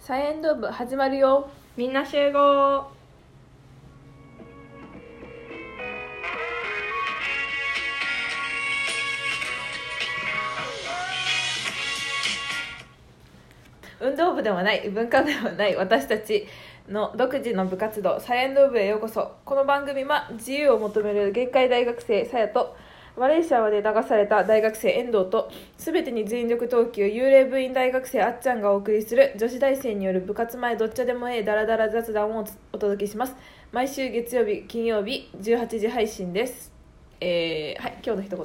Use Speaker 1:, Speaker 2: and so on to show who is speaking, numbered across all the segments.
Speaker 1: サイエンド部始まるよ
Speaker 2: みんな集合
Speaker 1: 運動部ではない文化部ではない私たちの独自の部活動サイエンド部へようこそこの番組は自由を求める限界大学生さやとマレーシアまで流された大学生遠藤と全てに全力投球幽霊部員大学生あっちゃんがお送りする女子大生による部活前どっちでもええダラダラ雑談をお届けします毎週月曜日金曜日18時配信ですえー、はい今日の一言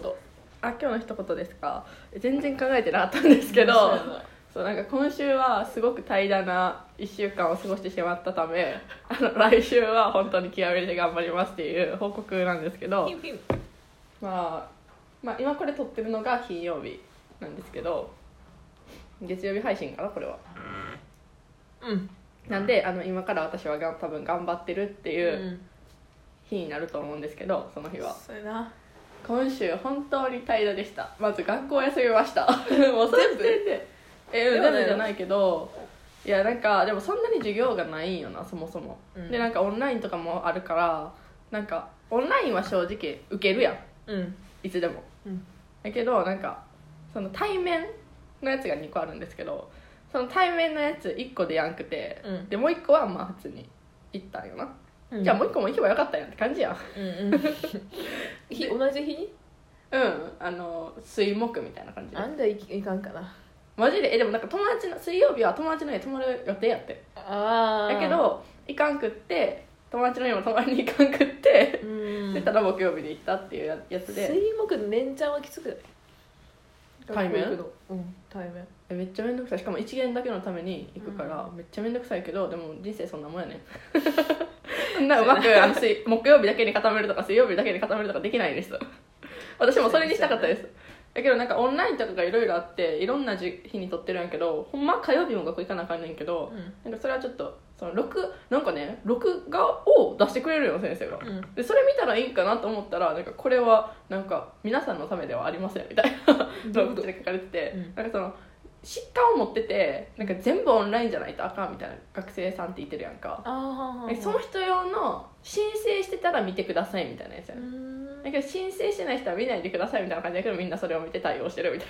Speaker 2: あ今日の一言ですか全然考えてなかったんですけど
Speaker 1: そうやな
Speaker 2: そうなんか今週はすごく平らな1週間を過ごしてしまった ためあの来週は本当に極めて頑張りますっていう報告なんですけど、まあ、まあ今これ撮ってるのが金曜日なんですけど月曜日配信かなこれは
Speaker 1: うん
Speaker 2: なんであの今から私はが多分頑張ってるって
Speaker 1: う
Speaker 2: いうん日になると思うんですけどその日は
Speaker 1: そうやな
Speaker 2: 今週本当に平らでしたまず学校休みました もう
Speaker 1: 全部
Speaker 2: その時点でえ
Speaker 1: で
Speaker 2: 全
Speaker 1: もね
Speaker 2: 部じゃないけどいやなんかでもそんなに授業がないんよなそもそも、
Speaker 1: うん
Speaker 2: でなんかオンラインとかもあるからなんかオンラインは正直受けるやん
Speaker 1: うん
Speaker 2: いつでも
Speaker 1: うん
Speaker 2: だけどなんかその対面のやつが2個あるんですけどその対面のやつ1個でやんくて、
Speaker 1: うん
Speaker 2: でもう1個はまあ普通に行ったんよな、じゃあもう1個も行けばよかったやんって感じやん
Speaker 1: うん うん、日同じ日に
Speaker 2: うんあの水木みたいな感じで
Speaker 1: なんでいいかんかな
Speaker 2: マジでえでもなんか友達の水曜日は友達の家泊まる予定やって
Speaker 1: あ
Speaker 2: だけど行かんくって友達の家も泊まりに行かんくって
Speaker 1: う、
Speaker 2: 出
Speaker 1: ん
Speaker 2: たら木曜日に行ったっていうややつ
Speaker 1: 水
Speaker 2: で
Speaker 1: 木連チャンはきつくない
Speaker 2: 対面
Speaker 1: 学校行くのうん対面
Speaker 2: えめっちゃ面倒くさいしかも1限だけのために行くから、
Speaker 1: う
Speaker 2: めっちゃ面倒くさいけどでも人生そんなもん やねそんなうまくあの水木曜日だけに固めるとか水曜日だけに固めるとかできないです私もそれにしたかったですだけどなんかオンラインとかがいろいろあっていろんなじ日に撮ってるんやけどほんま火曜日も学校行かなあかんねんけど、なんかそれはちょっとその録なんかね録画を出してくれるよ先生が、
Speaker 1: うん
Speaker 2: でそれ見たらいいんかなと思ったらなんかこれはなんか皆さんのためではありませんみたいな
Speaker 1: どういうこ
Speaker 2: こ
Speaker 1: と
Speaker 2: とで書かれてて、
Speaker 1: うん
Speaker 2: なんかその疾患を持っててなんか全部オンラインじゃないとあかんみたいな学生さんって言ってるやんか、
Speaker 1: あ
Speaker 2: でその人用の申請してたら見てくださいみたいなやつやね、
Speaker 1: ん
Speaker 2: だけど申請してない人は見ないでくださいみたいな感じだけどみんなそれを見て対応してるみたい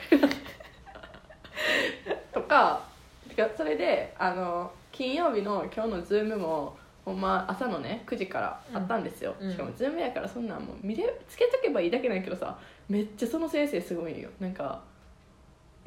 Speaker 2: なとかてかそれであの金曜日の今日のズームもほんま朝のね9時からあったんですよ、
Speaker 1: うん
Speaker 2: しかもズームやからそんなんもう見れつけとけばいいだけなんやけどさめっちゃその先生すごいよなんか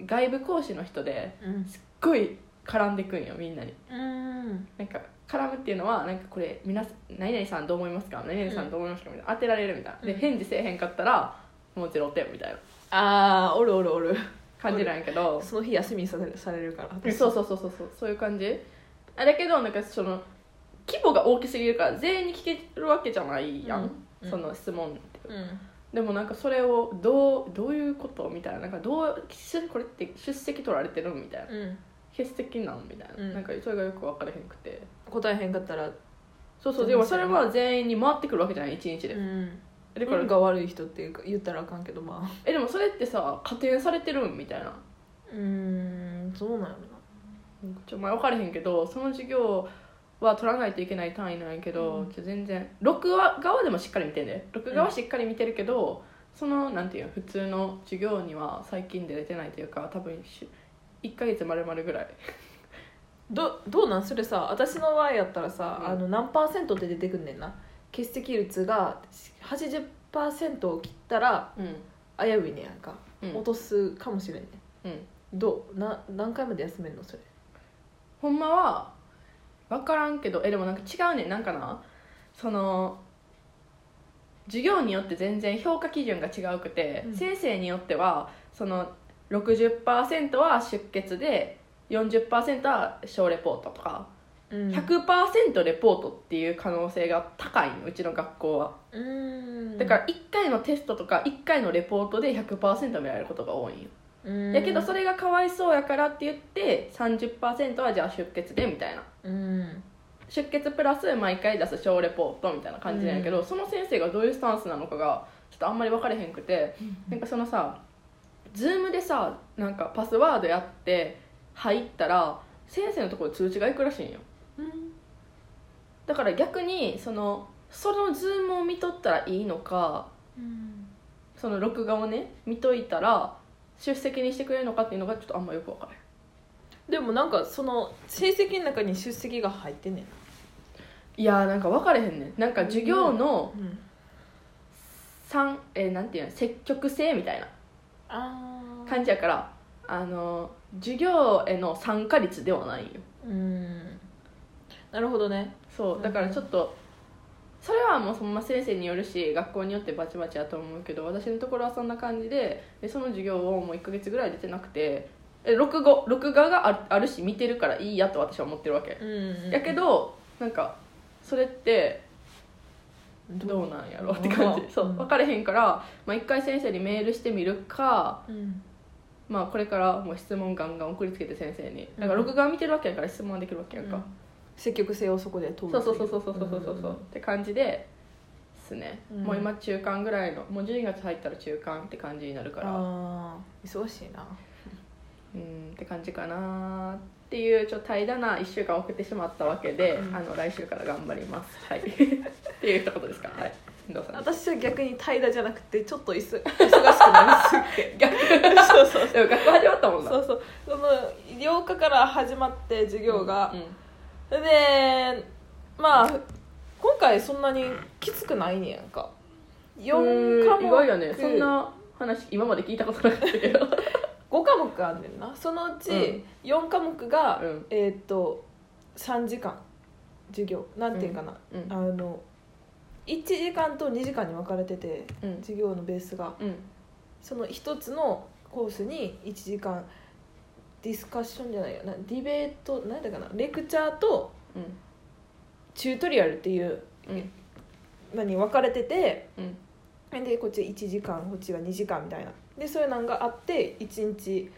Speaker 2: 外部講師の人で
Speaker 1: うん
Speaker 2: すっごい絡んでくんよみんなに
Speaker 1: うん
Speaker 2: なんか絡むっていうのはなんかこれ皆さん何々さんどう思いますか何々さんどう思いますかみたいな当てられるみたいな、
Speaker 1: う
Speaker 2: で
Speaker 1: ん
Speaker 2: 返事せえへんかったらもう0点みたいな
Speaker 1: あーおるおるおる
Speaker 2: 感じなんやけど
Speaker 1: その日休みさせるされるから
Speaker 2: そうそうそうそうそうそういう感じあだけどなんかその規模が大きすぎるから全員に聞けるわけじゃないやん、
Speaker 1: うん
Speaker 2: その質問って
Speaker 1: うん
Speaker 2: でもなんかそれをどうどういうことみたいななんかどうしこれって出席取られてるみたいな
Speaker 1: うん
Speaker 2: 欠席なんみたいな、
Speaker 1: うん
Speaker 2: なんかそれがよく分からへんくて
Speaker 1: 答えへんかったら
Speaker 2: そうそうでもそれは全員に回ってくるわけじゃない1日で、
Speaker 1: ん
Speaker 2: だから
Speaker 1: 運が悪い人っていうか言ったらあかんけどまあ
Speaker 2: えでもそれってさ加点されてるんみたいな
Speaker 1: うんそうなんやろな
Speaker 2: ちょまあ分からへんけどその授業は取らないといけない単位なんやけど、
Speaker 1: うん
Speaker 2: ちょ全然録画側でもしっかり見てんで録画はしっかり見てるけど、そのなんていうの普通の授業には最近出れてないというか多分し1ヶ月まるまるぐらい
Speaker 1: どどうなんそれさ私の場合やったらさ、
Speaker 2: うん
Speaker 1: あの何パーセントって出てくんねんな欠席率が80%を切ったら
Speaker 2: うん
Speaker 1: 危ういねやんか、
Speaker 2: うん
Speaker 1: 落とすかもしれんね
Speaker 2: うん
Speaker 1: どうな何回まで休めんのそれ
Speaker 2: ほんまは分からんけどえでもなんか違うねんなんかなその授業によって全然評価基準が違うくて、
Speaker 1: うん
Speaker 2: 先生によってはその60%は出血で40%は小レポートとか、
Speaker 1: うん
Speaker 2: 100%レポートっていう可能性が高いのうちの学校は
Speaker 1: うん
Speaker 2: だから1回のテストとか1回のレポートで100%見られることが多いんよ
Speaker 1: うん
Speaker 2: やけどそれがかわいそうやからって言って30%はじゃあ出血でみたいな
Speaker 1: うん
Speaker 2: 出血プラス毎回出す小レポートみたいな感じなんやけど、その先生がどういうスタンスなのかがちょっとあんまり分かれへんくて、なんかそのさズームでさなんかパスワードやって入ったら先生のところで通知が行くらしいんよだから逆にそのそのズームを見とったらいいのかその録画をね見といたら出席にしてくれるのかっていうのがちょっとあんまよく分からへん
Speaker 1: でもなんかその成績の中に出席が入ってんねん
Speaker 2: いやーなんか分かれへんねんなんか授業の
Speaker 1: うん、
Speaker 2: 三えーなんていうの積極性みたいな
Speaker 1: あ
Speaker 2: 感じやからあの授業への参加率ではないんよ
Speaker 1: うんなるほどね
Speaker 2: そううんだからちょっとそれはもうそのまま先生によるし学校によってバチバチやと思うけど私のところはそんな感じででその授業をもう1ヶ月ぐらい出てなくてえ録画録画がああるし見てるからいいやと私は思ってるわけ、
Speaker 1: うん
Speaker 2: やけどなんかそれってどうなんやろって感
Speaker 1: う
Speaker 2: じ
Speaker 1: ん
Speaker 2: そう分かれへんから、まあ、一回先生にメールしてみるか、
Speaker 1: うん
Speaker 2: まあ、これからもう質問ガンガン送りつけて先生にだから
Speaker 1: うん
Speaker 2: 録画見てるわけやから質問はできるわけやんか、
Speaker 1: 積極性をそこで問う
Speaker 2: そうそうそうそうそうそうそうそうって感じですね、
Speaker 1: うん
Speaker 2: もう今中間ぐらいのもう12月入ったら中間って感じになるから
Speaker 1: ああ忙しいな
Speaker 2: うんって感じかなっていうちょっと平らな1週間送ってしまったわけで、
Speaker 1: うん
Speaker 2: あの来週から頑張り ますはいっていうことですかはいどうさん
Speaker 1: 私は逆に怠惰じゃなくてちょっといそ忙しくなりすぎて逆そうそう
Speaker 2: でも学校始まったもんな
Speaker 1: そうそうその8日から始まって授業が
Speaker 2: う、ん
Speaker 1: でまあ今回そんなにきつくないねやんか4科
Speaker 2: うん
Speaker 1: 目
Speaker 2: 意外やねそんな話今まで聞いたことなかったけど
Speaker 1: 5科目あんねんなそのうち4科目が、
Speaker 2: うん
Speaker 1: えーっと3時間授業なんていうかな、
Speaker 2: うん
Speaker 1: あの1時間と2時間に分かれてて
Speaker 2: うん
Speaker 1: 授業のベースが
Speaker 2: うん
Speaker 1: その1つのコースに1時間ディスカッションじゃないよなディベート何だかなレクチャーと
Speaker 2: うん
Speaker 1: チュートリアルっていう
Speaker 2: うん
Speaker 1: 何分かれてて
Speaker 2: うん
Speaker 1: でこっち1時間こっちが2時間みたいなでそういうのがあって1日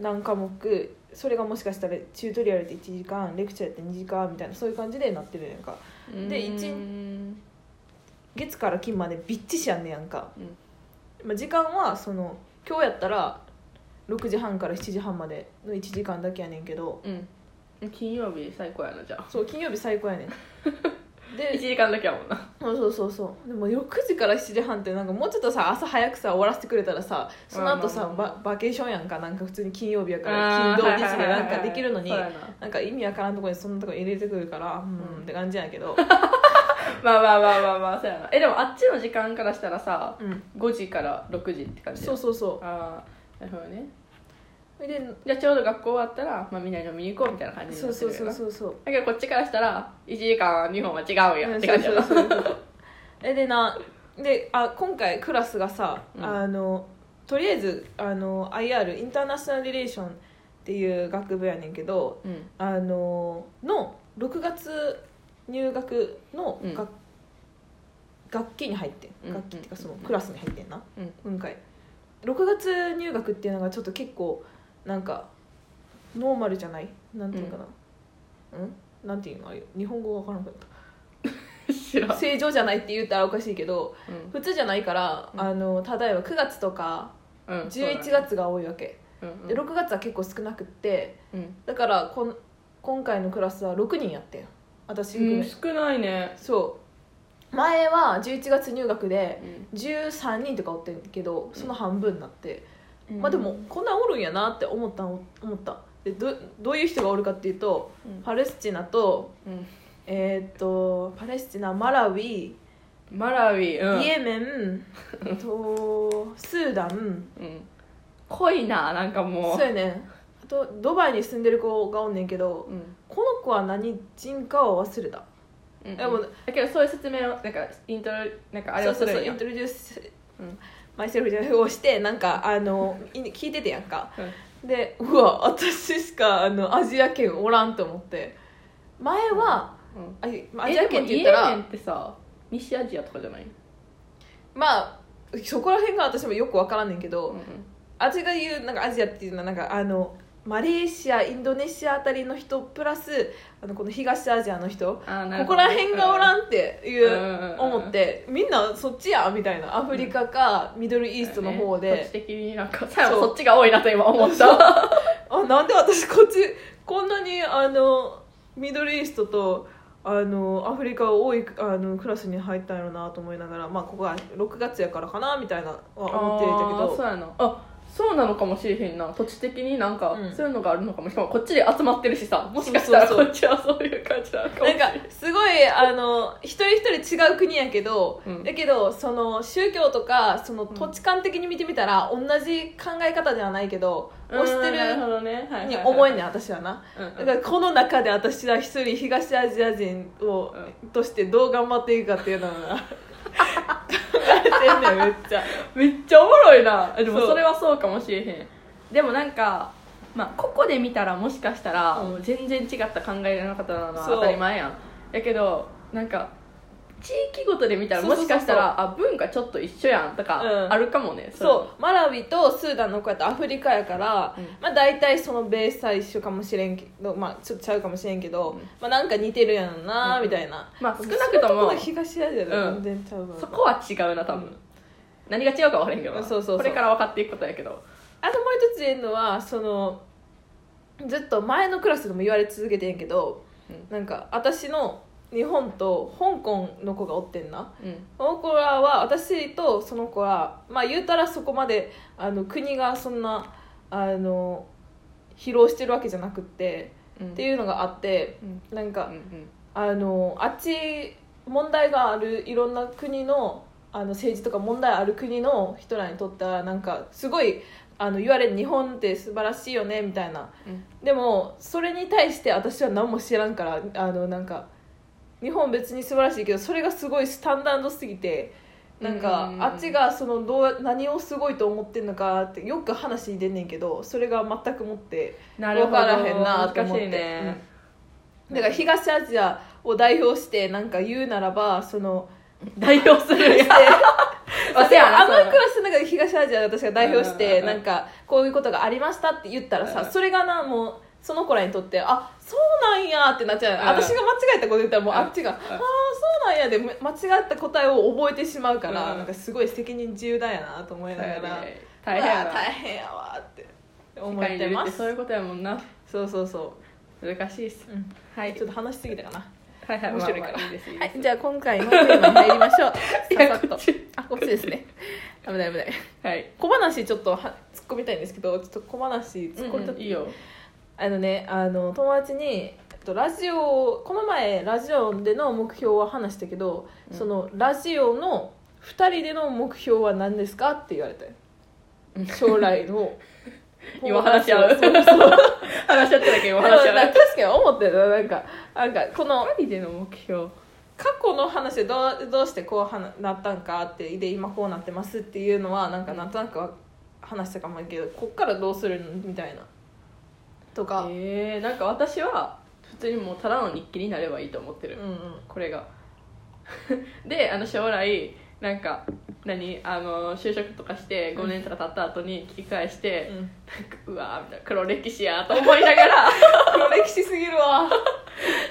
Speaker 1: 何科目それがもしかしたらチュートリアルって1時間レクチャーやって2時間みたいなそういう感じでなってるやんかで一
Speaker 2: うん
Speaker 1: 月から金までびっちしやんねやんか、
Speaker 2: うん
Speaker 1: まあ、時間はその今日やったら6時半から7時半までの1時間だけやねんけど
Speaker 2: うん金曜日最高やなじゃあ
Speaker 1: そう金曜日最高や ねん
Speaker 2: 1
Speaker 1: で
Speaker 2: 時間だけやもんな
Speaker 1: そうそうそうそうでも6時から7時半ってなんかもうちょっとさ朝早くさ終わらせてくれたらさその後
Speaker 2: まあ
Speaker 1: さ
Speaker 2: まあま
Speaker 1: ババケーションやんかなんか普通に金曜日やから金土日でなんかできるのに
Speaker 2: そうやな
Speaker 1: なんか意味わからんとこにそんなとこ入れてくるからうん、
Speaker 2: うん
Speaker 1: って感じやけど、
Speaker 2: まあまあまあまあまあそうやなえでもあっちの時間からしたらさ
Speaker 1: うん、
Speaker 2: 5時から6時って感じ
Speaker 1: そう
Speaker 2: う
Speaker 1: そうそ
Speaker 2: ああなるほどね
Speaker 1: うで
Speaker 2: じゃあちょうど学校終わったら、まあ、みんなで飲みに行こうみたいな感じに
Speaker 1: そう
Speaker 2: なって
Speaker 1: そう
Speaker 2: るよ
Speaker 1: そう
Speaker 2: な
Speaker 1: そうそう
Speaker 2: だけどこっちからしたら1時間2本は違うやんって感じやな
Speaker 1: そうそうそうそうえでなであ今回クラスがさ、
Speaker 2: うん
Speaker 1: あのとりあえずあの IR インターナショナル・リレーションっていう学部やねんけど
Speaker 2: うん
Speaker 1: あのの6月入学の
Speaker 2: うん
Speaker 1: 学,、学期に入って
Speaker 2: うん
Speaker 1: ん学期っていうかその
Speaker 2: うん
Speaker 1: クラスに入ってんな、
Speaker 2: うん
Speaker 1: 今回6月入学っていうのがちょっと結構なんかノーマルじゃないなんていうかなうん、なんていうのあれ日本語わからんかった
Speaker 2: 知 らん、
Speaker 1: 正常じゃないって言ったらおかしいけど
Speaker 2: う
Speaker 1: 普通じゃないから、
Speaker 2: うん
Speaker 1: あの例えば9月とか
Speaker 2: んうん、
Speaker 1: 11月が多いわけ、
Speaker 2: うん
Speaker 1: で6月は結構少なくって
Speaker 2: うん、
Speaker 1: だからこん今回のクラスは6人やってん私含め、
Speaker 2: うん、少ないね、
Speaker 1: そう前は11月入学
Speaker 2: う
Speaker 1: で
Speaker 2: ん
Speaker 1: 13人とかおってんけどその半分になって、
Speaker 2: うん
Speaker 1: まあでもこんなんおるんやなって思ったん思ったでどどういう人がおるかっていうと
Speaker 2: うん
Speaker 1: パレスチナと
Speaker 2: うん
Speaker 1: えーっとパレスチナマラウィ
Speaker 2: マラウィ、うん、
Speaker 1: イエメ ンとスーダン
Speaker 2: うん、濃いななんかもう
Speaker 1: そうやねんあとドバイに住んでる子がおんねんけど
Speaker 2: うん
Speaker 1: この子は何人かは忘れた
Speaker 2: うん
Speaker 1: でも
Speaker 2: だけどそういう説明をなんかイントロなんかあれをす
Speaker 1: そう
Speaker 2: る
Speaker 1: そうんそうイ
Speaker 2: や
Speaker 1: ントロデュース、
Speaker 2: うん
Speaker 1: マイセルフじゃなくをしてなんかあのい聞いててやんか
Speaker 2: うん
Speaker 1: でうわ私しかあのアジア圏おらんと思って前は、
Speaker 2: うん
Speaker 1: あいア
Speaker 2: え
Speaker 1: ジア圏って言っ
Speaker 2: で
Speaker 1: た
Speaker 2: も
Speaker 1: ら
Speaker 2: イエメンってさ西アジアとかじゃない
Speaker 1: まあそこら辺が私もよくわからんねんけど、
Speaker 2: うん
Speaker 1: 私が言うなんかアジアっていうのはなんかあのマレーシアインドネシアあたりの人プラスあのこの東アジアの人
Speaker 2: あーなる
Speaker 1: こ
Speaker 2: ほ
Speaker 1: こら
Speaker 2: どね
Speaker 1: 辺がおらんっていう
Speaker 2: うんうんうんうん
Speaker 1: 思ってみんなそっちやみたいなアフリカかミドルイーストの方
Speaker 2: 土地
Speaker 1: で
Speaker 2: 的になんかさ
Speaker 1: そう
Speaker 2: そっちが多いなと今思っ
Speaker 1: そう
Speaker 2: た
Speaker 1: あなんで私こっちこんなにあのミドルイーストとあのアフリカが多いあのクラスに入ったんやろなと思いながら、まあ、ここは6月やからかなみたいなは思っていたけ
Speaker 2: あーそう
Speaker 1: ど
Speaker 2: やなあそうなのかもしれへんな土地的になんか
Speaker 1: うん
Speaker 2: そういうのがあるのかもしかもこっちで集まってるしさもしかしたら
Speaker 1: そう
Speaker 2: こ
Speaker 1: そうそう
Speaker 2: っちはそういう感じなのかもし
Speaker 1: な
Speaker 2: れ
Speaker 1: ん
Speaker 2: ん
Speaker 1: かすごいあの一人一人違う国やけど、
Speaker 2: うん
Speaker 1: だけどその宗教とかその土地観的に見てみたら、同じ考え方ではないけど推して
Speaker 2: うんなるほ
Speaker 1: る
Speaker 2: どね、はいはいはい
Speaker 1: に思えんねん私はな。
Speaker 2: うんうん
Speaker 1: だからこの中で私は一人東アジア人を、としてどう頑張っていくかっていうの が考えてんねんめっちゃ
Speaker 2: めっちゃおもろいなでも
Speaker 1: そう
Speaker 2: それはそうかもしれへんでもなんかまあここで見たらもしかしたら、
Speaker 1: うん
Speaker 2: もう全然違った考えの方なのは
Speaker 1: そう
Speaker 2: 当たり前やんやけどなんか地域ごとで見たら
Speaker 1: そうそ
Speaker 2: も
Speaker 1: うそう
Speaker 2: し
Speaker 1: そう
Speaker 2: かしたらあ文化ちょっと一緒やんとか
Speaker 1: うん
Speaker 2: あるかもね、
Speaker 1: そうマラビとスーダンの子やったらアフリカやから、
Speaker 2: うん
Speaker 1: まあ大体そのベースは一緒かもしれんけどまあちょっとちゃうかもしれんけど、
Speaker 2: うん
Speaker 1: まあなんか似てるやんな
Speaker 2: うん
Speaker 1: みたいな、
Speaker 2: まあ少なくとも
Speaker 1: そういうとこが東アジアでは全然ちゃうの、
Speaker 2: そこは違うな多分、
Speaker 1: うん
Speaker 2: 何が違うか分からへんけどな
Speaker 1: そうそうそう
Speaker 2: これから分かっていくことやけど
Speaker 1: あともう一つ言えるのはそのずっと前のクラスでも言われ続けてんけど、
Speaker 2: う
Speaker 1: なんか私の日本と香港の子がおってんな
Speaker 2: うん
Speaker 1: その子らは私とその子はまあ言うたらそこまであの国がそんなあの疲労してるわけじゃなくって
Speaker 2: うん
Speaker 1: っていうのがあって
Speaker 2: うん
Speaker 1: なん
Speaker 2: う
Speaker 1: か
Speaker 2: んうん
Speaker 1: あのあっち問題があるいろんな国のあの政治とか問題ある国の人らにとってはなんかすごいあの言われる日本って素晴らしいよねみたいな
Speaker 2: うん
Speaker 1: でもそれに対して私は何も知らんからあのなんか日本別に素晴らしいけどそれがすごいスタンダードすぎてなんか
Speaker 2: うん
Speaker 1: あっちがそのどう何をすごいと思ってんのかってよく話に出んねんけどそれが全くもって
Speaker 2: なるほど
Speaker 1: わからへんなと思って
Speaker 2: 難しいね、
Speaker 1: だから東アジアを代表してなんか言うならばそ の
Speaker 2: 代表す るやんあせやな
Speaker 1: あの
Speaker 2: そうやな
Speaker 1: クラスの中で東アジアで私が代表し
Speaker 2: うんうん
Speaker 1: て
Speaker 2: うん
Speaker 1: なんかこういうことがありましたって言ったら
Speaker 2: うん
Speaker 1: さそれがなもうその子らにとってあそうなんやってなっちゃう
Speaker 2: うん
Speaker 1: 私が間違えたこと言ったらもう
Speaker 2: うん
Speaker 1: あっちがあ
Speaker 2: うん
Speaker 1: あそうなんやで間違った答えを覚えてしまうから
Speaker 2: うん
Speaker 1: なんかすごい責任重大やなと思いながら
Speaker 2: 大変や
Speaker 1: うわ
Speaker 2: な
Speaker 1: 大変やわって思っ
Speaker 2: 世界にい
Speaker 1: て
Speaker 2: るっ
Speaker 1: ま
Speaker 2: て
Speaker 1: す
Speaker 2: そういうことやもんな
Speaker 1: そうそうそ
Speaker 2: 難しいっす
Speaker 1: う、うん
Speaker 2: はい
Speaker 1: ちょっと話しすぎたかな
Speaker 2: はいはい
Speaker 1: 面白いから
Speaker 2: まあまあいいですいい
Speaker 1: はい
Speaker 2: です、、
Speaker 1: じゃあ今回のテーマに入りま しょう。
Speaker 2: いや
Speaker 1: さっさ
Speaker 2: ことっち。
Speaker 1: あ、こっちですね。ダメだダメだ。
Speaker 2: はい
Speaker 1: 小話ちょっとは突っ込みたいんですけど、ちょっと小話突っ込みた
Speaker 2: うんうんいいよ
Speaker 1: あのね、あの友達にえっとラジオこの前ラジオでの目標は話したけど、
Speaker 2: うん
Speaker 1: そのラジオの二人での目標は何ですかって言われたよ
Speaker 2: うん
Speaker 1: 将来 の
Speaker 2: 今話し合う
Speaker 1: そうそう
Speaker 2: 話し合ってたけ
Speaker 1: で
Speaker 2: ど
Speaker 1: も
Speaker 2: 今話し合
Speaker 1: な
Speaker 2: うん
Speaker 1: か確かに思ってたよなんかなんかこの
Speaker 2: 二人での目標
Speaker 1: 過去の話でどうどうしてこうはななったんかってで今こうなってますっていうのはなんかなんとなくは話したかもやけどこっからどうするのみたいなとか、
Speaker 2: えー、なんか私は普通にもうただの日記になればいいと思ってる、
Speaker 1: うんうん
Speaker 2: これが であの将来なんか何あの就職とかして5年とか経った後に聞き返して、
Speaker 1: うん、
Speaker 2: なんかうわーみたいな黒歴史やと思いながら
Speaker 1: 黒歴史すぎるわ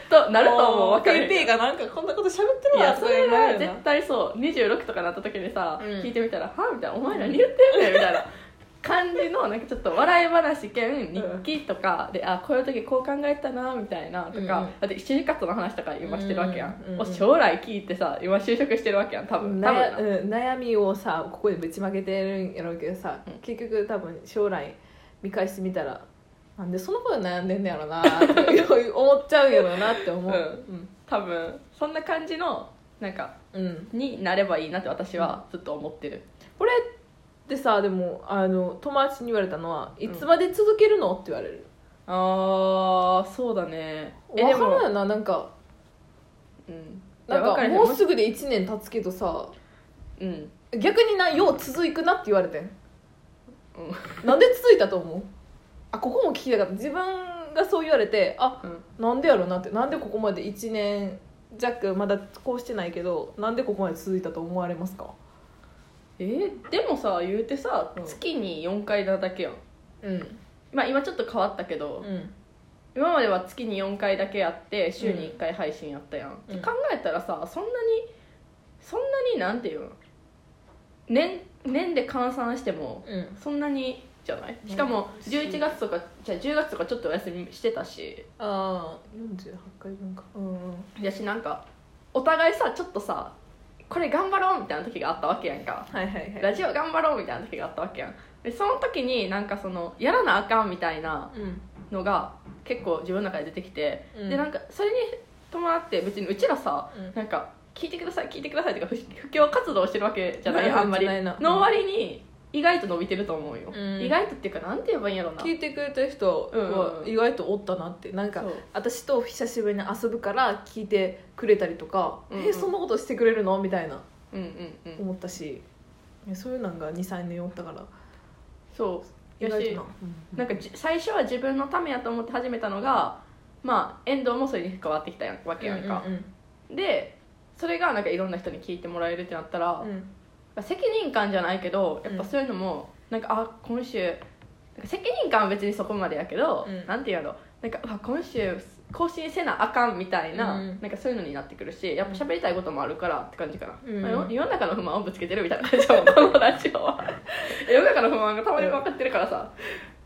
Speaker 2: となると思う
Speaker 1: もう
Speaker 2: 分かる
Speaker 1: ペイペイがなんかこんなこと喋ってる
Speaker 2: い
Speaker 1: わ
Speaker 2: や
Speaker 1: と
Speaker 2: そ
Speaker 1: かな
Speaker 2: れ
Speaker 1: る
Speaker 2: は
Speaker 1: よ
Speaker 2: 絶対そう26とかなった時にさ、
Speaker 1: うん
Speaker 2: 聞いてみたら「はみたいな「お前何言ってんねん」みたい な感じのなんかちょっと笑い話兼日記とかで「あこういう時こう考えたな」みたいなとか、
Speaker 1: うんうん
Speaker 2: だって就職活動の話とか今してるわけやん
Speaker 1: う、んうん
Speaker 2: もう将来聞いてさ今就職してるわけやん多分多
Speaker 1: な
Speaker 2: 分
Speaker 1: や
Speaker 2: な、
Speaker 1: うん悩みをさここでぶちまけてるんやろうけどさ、
Speaker 2: うん
Speaker 1: 結局多分将来見返してみたらなんでそのこと悩んでんねやろなって思っちゃうんやろなって思う、うん
Speaker 2: 多分そんな感じのなんか
Speaker 1: うん、
Speaker 2: になればいいなって私はずっと思ってる、
Speaker 1: これってさでもあの友達に言われたのは「いつまで続けるの?」って言われる
Speaker 2: ああそうだねえ
Speaker 1: 分からんよななんか
Speaker 2: うん
Speaker 1: なん
Speaker 2: わ
Speaker 1: か
Speaker 2: らへん
Speaker 1: もうすぐで1年経つけどさ
Speaker 2: うん
Speaker 1: 逆になよう続くなって言われてん
Speaker 2: うん
Speaker 1: なんで続いたと思うあここも聞きたかった自分がそう言われてあ
Speaker 2: うん
Speaker 1: なんでやろうなってなんでここまで1年弱まだこうしてないけどなんでここまで続いたと思われますか
Speaker 2: えーでもさ言うてさ、
Speaker 1: うん
Speaker 2: 月に4回なだけやん
Speaker 1: うん
Speaker 2: まあ今ちょっと変わったけど、
Speaker 1: うん
Speaker 2: 今までは月に4回だけやって週に1回配信やったやん、
Speaker 1: うん
Speaker 2: 考えたらさそんなにそんなになんていうの年年で換算しても
Speaker 1: うん
Speaker 2: そんなにじゃないしかも11月とかじゃあ10月とかちょっとお休みしてたし
Speaker 1: ああ48回分かうんうん
Speaker 2: やしなんかお互いさちょっとさこれ頑張ろうみたいな時があったわけやんか
Speaker 1: はいはいはい
Speaker 2: ラジオ頑張ろうみたいな時があったわけやんでその時になんかそのやらなあかんみたいな
Speaker 1: うん
Speaker 2: のが結構自分の中で出てきて、
Speaker 1: うん
Speaker 2: でなんかそれに伴って別にうちらさ、
Speaker 1: うん
Speaker 2: なんか聞いてください聞いてくださいとか不不況活動してるわけじゃな
Speaker 1: な
Speaker 2: い
Speaker 1: い
Speaker 2: あんまり
Speaker 1: ないな
Speaker 2: の割に意外と伸びてると思うよ、
Speaker 1: うん
Speaker 2: 意外とっていうかなんて言えばいいんやろうな
Speaker 1: 聞いてくれてる人は意外とおったなってなんか
Speaker 2: そう
Speaker 1: 私と久しぶりに遊ぶから聞いてくれたりとか「
Speaker 2: うんうん
Speaker 1: えそんなことしてくれるの?」みたいな
Speaker 2: うんうんうん
Speaker 1: 思ったしえそういうのが23年おったから
Speaker 2: そう
Speaker 1: 意
Speaker 2: や
Speaker 1: 外
Speaker 2: し
Speaker 1: とな
Speaker 2: なんかじ最初は自分のためやと思って始めたのがまあ遠藤もそれに関わってきたわけやんか、
Speaker 1: うん
Speaker 2: でそれがなんかいろんな人に聞いてもらえるってなったら、
Speaker 1: うんうん
Speaker 2: 責任感じゃないけどやっぱそういうのも、なんかあ今週なんか責任感は別にそこまでやけど、
Speaker 1: うん
Speaker 2: なんて言うのなんかうわ今週更新せなあかんみたいな,、
Speaker 1: うん
Speaker 2: なんかそういうのになってくるしやっぱ喋りたいこともあるからって感じかな、
Speaker 1: うん
Speaker 2: まあ世世の中の不満をぶつけてるみたいな感 じだもんこのラジオは世の中の不満がたまに分かってるからさ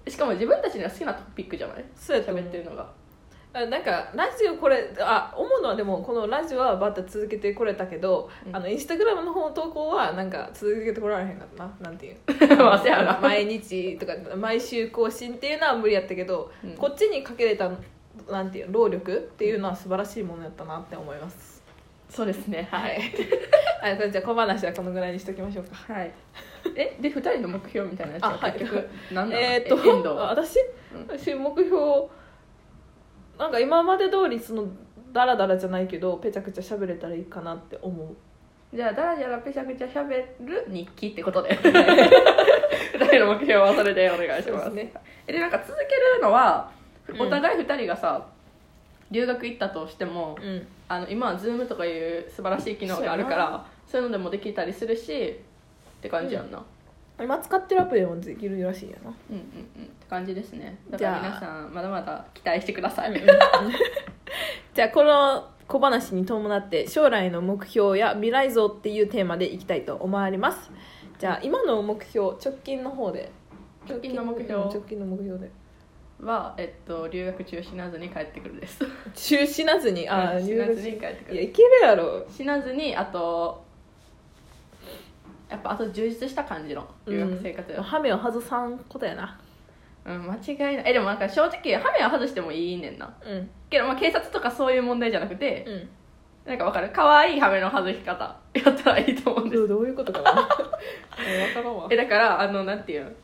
Speaker 2: しかも自分たちには好きなトピックじゃない
Speaker 1: そうやと思う
Speaker 2: 喋ってるのが
Speaker 1: あなんかラジオこれあ思うのはでもこのラジオはバッタ続けてこれたけど、
Speaker 2: うん
Speaker 1: あのインスタグラムの方の投稿はなんか続けてこられへんかったななんていう
Speaker 2: ま あせやな
Speaker 1: 毎日とか毎週更新っていうのは無理やったけど、
Speaker 2: うん
Speaker 1: こっちにかけれたなんていう労力っていうのは素晴らしいものやったなって思います、
Speaker 2: そうですね
Speaker 1: は
Speaker 2: はいい、
Speaker 1: あじゃあ小話 はこのぐらいにしときましょうか
Speaker 2: はい、えで2人の目標みたいなやつは
Speaker 1: あはい
Speaker 2: 結局何なの
Speaker 1: えーっ
Speaker 2: 遠藤
Speaker 1: と
Speaker 2: は
Speaker 1: 私私目標なんか今まで通りそのダラダラじゃないけどペチャクチャ喋れたらいいかなって思う
Speaker 2: じゃあだらじゃらペチャクチャしゃべる日記ってこと で二人の目標はそれでお願いします
Speaker 1: そうですね
Speaker 2: えでなんか続けるのは
Speaker 1: うん
Speaker 2: お互い2人がさ、留学行ったとしても、
Speaker 1: うん
Speaker 2: あの今は Zoom とかいう素晴らしい機能があるか
Speaker 1: そうや
Speaker 2: らそういうのでもできたりするしって感じやんな、
Speaker 1: 今使ってるアプリもできるらしいやな
Speaker 2: うん、うんうんって感じですねだ
Speaker 1: じ
Speaker 2: から
Speaker 1: ゃあ
Speaker 2: 皆さんまだまだ期待してください、
Speaker 1: じゃあこの小話に伴って将来の目標や未来像っていうテーマでいきたいと思いますじゃあ今の目標直近の方で
Speaker 2: 直近の目標
Speaker 1: うん直近の目標で
Speaker 2: は、えっと、留学中死なずに帰ってくるです
Speaker 1: 中死なずにああ
Speaker 2: 死
Speaker 1: 入
Speaker 2: な
Speaker 1: 学
Speaker 2: ず
Speaker 1: し
Speaker 2: に帰ってく
Speaker 1: い
Speaker 2: る
Speaker 1: やいけるやろ
Speaker 2: 死なずにあとやっぱあと充実した感じの留学生活
Speaker 1: うん
Speaker 2: よ、
Speaker 1: ハメを外さんことやな
Speaker 2: うん間違いないえでもなんか正直ハメは外してもいいねんな
Speaker 1: うん
Speaker 2: けどまあ警察とかそういう問題じゃなくて、
Speaker 1: うん
Speaker 2: なんかわかる可愛いハメの外し方 やったらいいと思うんです、
Speaker 1: どうどういうことかなわからんわ
Speaker 2: えだからあのなんていうん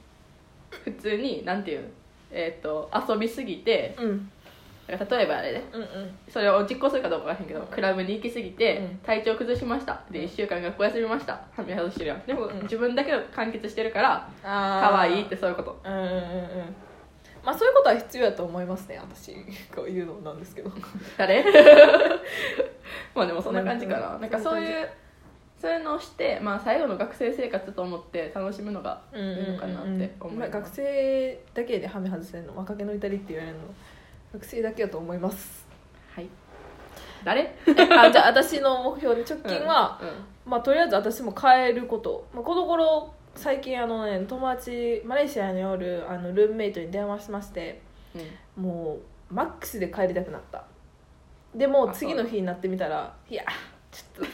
Speaker 2: 普通になんていうんえっ、と遊びすぎて
Speaker 1: うんうん
Speaker 2: だから例えばあれね
Speaker 1: うん
Speaker 2: それを実行するかどうかわからへんけど、クラブに行きすぎて、
Speaker 1: うん
Speaker 2: 体調崩しましたで1週間学校休みましたハメ外してるやんでも、
Speaker 1: うん
Speaker 2: 自分だけを完結してるから
Speaker 1: あー
Speaker 2: 可愛いってそういうこと
Speaker 1: うんうんうんうんまあそういうことは必要やと思いますね私が言うのもなんですけ ど
Speaker 2: 誰まあでもそんな感じかな
Speaker 1: うん
Speaker 2: なんかそういうそういうのをして、まあ、最後の学生生活と思って楽しむのがいいのかなって思い
Speaker 1: ま
Speaker 2: ま
Speaker 1: あ
Speaker 2: す、
Speaker 1: 学生だけでハメ外せるの若気の至りって言われるの学生だけだと思います
Speaker 2: はい誰
Speaker 1: あじゃあ私の目標で直近は、、
Speaker 2: うんうん
Speaker 1: まあとりあえず私も変えること、まあ、この頃最近あのね友達マレーシアにおるあのルームメイトに電話しましてもうマックスで帰りたくなったでも
Speaker 2: あ
Speaker 1: 次の日になってみたらいやちょっと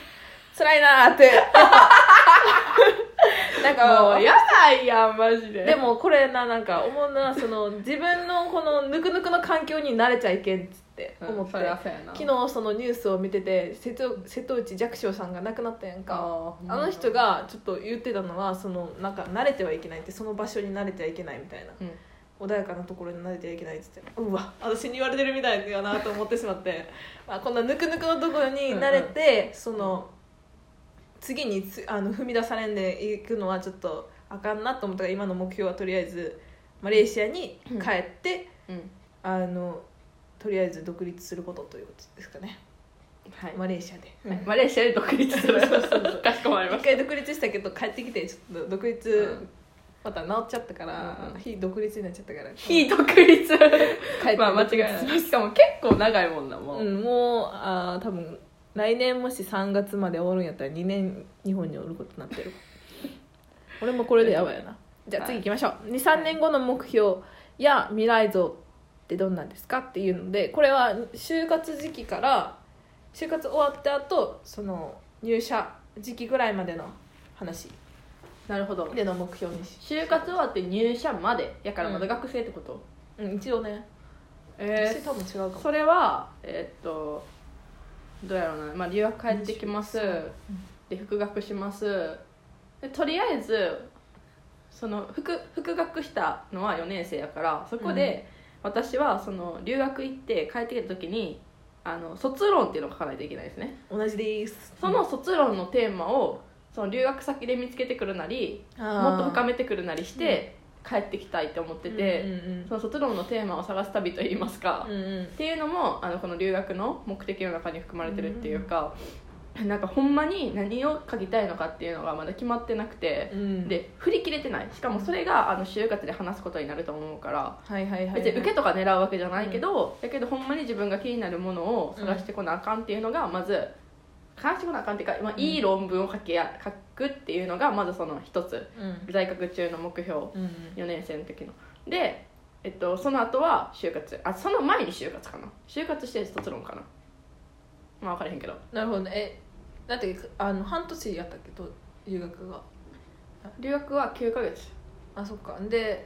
Speaker 1: 辛いなー ってなんか
Speaker 2: もうやばいやんマジで
Speaker 1: でもこれななんか思うのはその自分のこのぬくぬくの環境に慣れちゃいけんっつって
Speaker 2: うん
Speaker 1: 思って、
Speaker 2: そりゃそうやな
Speaker 1: 昨日そのニュースを見てて瀬戸瀬戸内寂聴さんが亡くなったやんか
Speaker 2: あー
Speaker 1: あの人、がちょっと言ってたのはそのなんか慣れてはいけないってその場所に慣れてはいけないみたいな
Speaker 2: うん
Speaker 1: 穏やかなところに慣れてはいけないっつってうわ私に言われてるみたいだよなと思ってしまって、 まあ、こんなぬくぬくのところに慣れて、その次につあの踏み出されんでいくのはちょっとあかんなと思ったから今の目標はとりあえずマレーシアに帰って、
Speaker 2: うん
Speaker 1: あのとりあえず独立することということですかね
Speaker 2: はい
Speaker 1: マレーシアで。
Speaker 2: はいマレーシアで独立する
Speaker 1: そうそうそう
Speaker 2: かしこまりま
Speaker 1: 一
Speaker 2: した
Speaker 1: 回独立したけど帰ってきてちょっと独立
Speaker 2: うん
Speaker 1: また治っちゃったから、
Speaker 2: うんうん
Speaker 1: 非独立になっちゃったから
Speaker 2: 非独立
Speaker 1: 帰って
Speaker 2: まあ間違いないしかも結構長いもんなもう、
Speaker 1: うん、もうあー多分来年もし3月までおるんやったら2年日本におることになってる俺もこれでやばいよなじゃあ
Speaker 2: はい
Speaker 1: 次行きましょう、23年後の目標や未来像ってどんなんですかっていうのでこれは就活時期から就活終わった後その入社時期ぐらいまでの話
Speaker 2: なるほど
Speaker 1: での目標にし、
Speaker 2: 就活終わって入社までやからま
Speaker 1: う
Speaker 2: だ
Speaker 1: ん
Speaker 2: 学生ってこと、
Speaker 1: うん、一応ね
Speaker 2: えー
Speaker 1: 私多分違うかも
Speaker 2: それはえーっとどうやろうな、まあ、留学帰ってきますで復学しますでとりあえずその復復学したのは4年生やからそこで私はその留学行って帰ってきた時にあの卒論っていうのを書かないといけないですね
Speaker 1: 同じです
Speaker 2: その卒論のテーマをその留学先で見つけてくるなりも
Speaker 1: も
Speaker 2: っと深
Speaker 1: め
Speaker 2: めてくるなりして帰ってきたいと思ってて、
Speaker 1: うんうん
Speaker 2: その卒論のテーマを探す旅といいますか、
Speaker 1: うんうん
Speaker 2: っていうのもあのこの留学の目的の中に含まれてるっていうか、なんかほんまに何を書きたいのかっていうのがまだ決まってなくて、
Speaker 1: うん
Speaker 2: で振り切れてないしかもそれがあの就活で話すことになると思うから。
Speaker 1: はいはいはい、はい、
Speaker 2: 別に受けとか狙うわけじゃないけど、だけどほんまに自分が気になるものを探してこなあかんっていうのがまず探してこなあかんっていうか、まあ、
Speaker 1: うん
Speaker 2: いい論文を書きや書くっていうのがまずその一つ
Speaker 1: うん
Speaker 2: 在学中の目標
Speaker 1: うん
Speaker 2: 4年生の時ので、えっと、その後は就活あその前に就活かな就活して卒論かなまあ分からへんけど
Speaker 1: なるほどねえだってあの半年やったっけど留学が
Speaker 2: 留学は9ヶ月
Speaker 1: あそっかで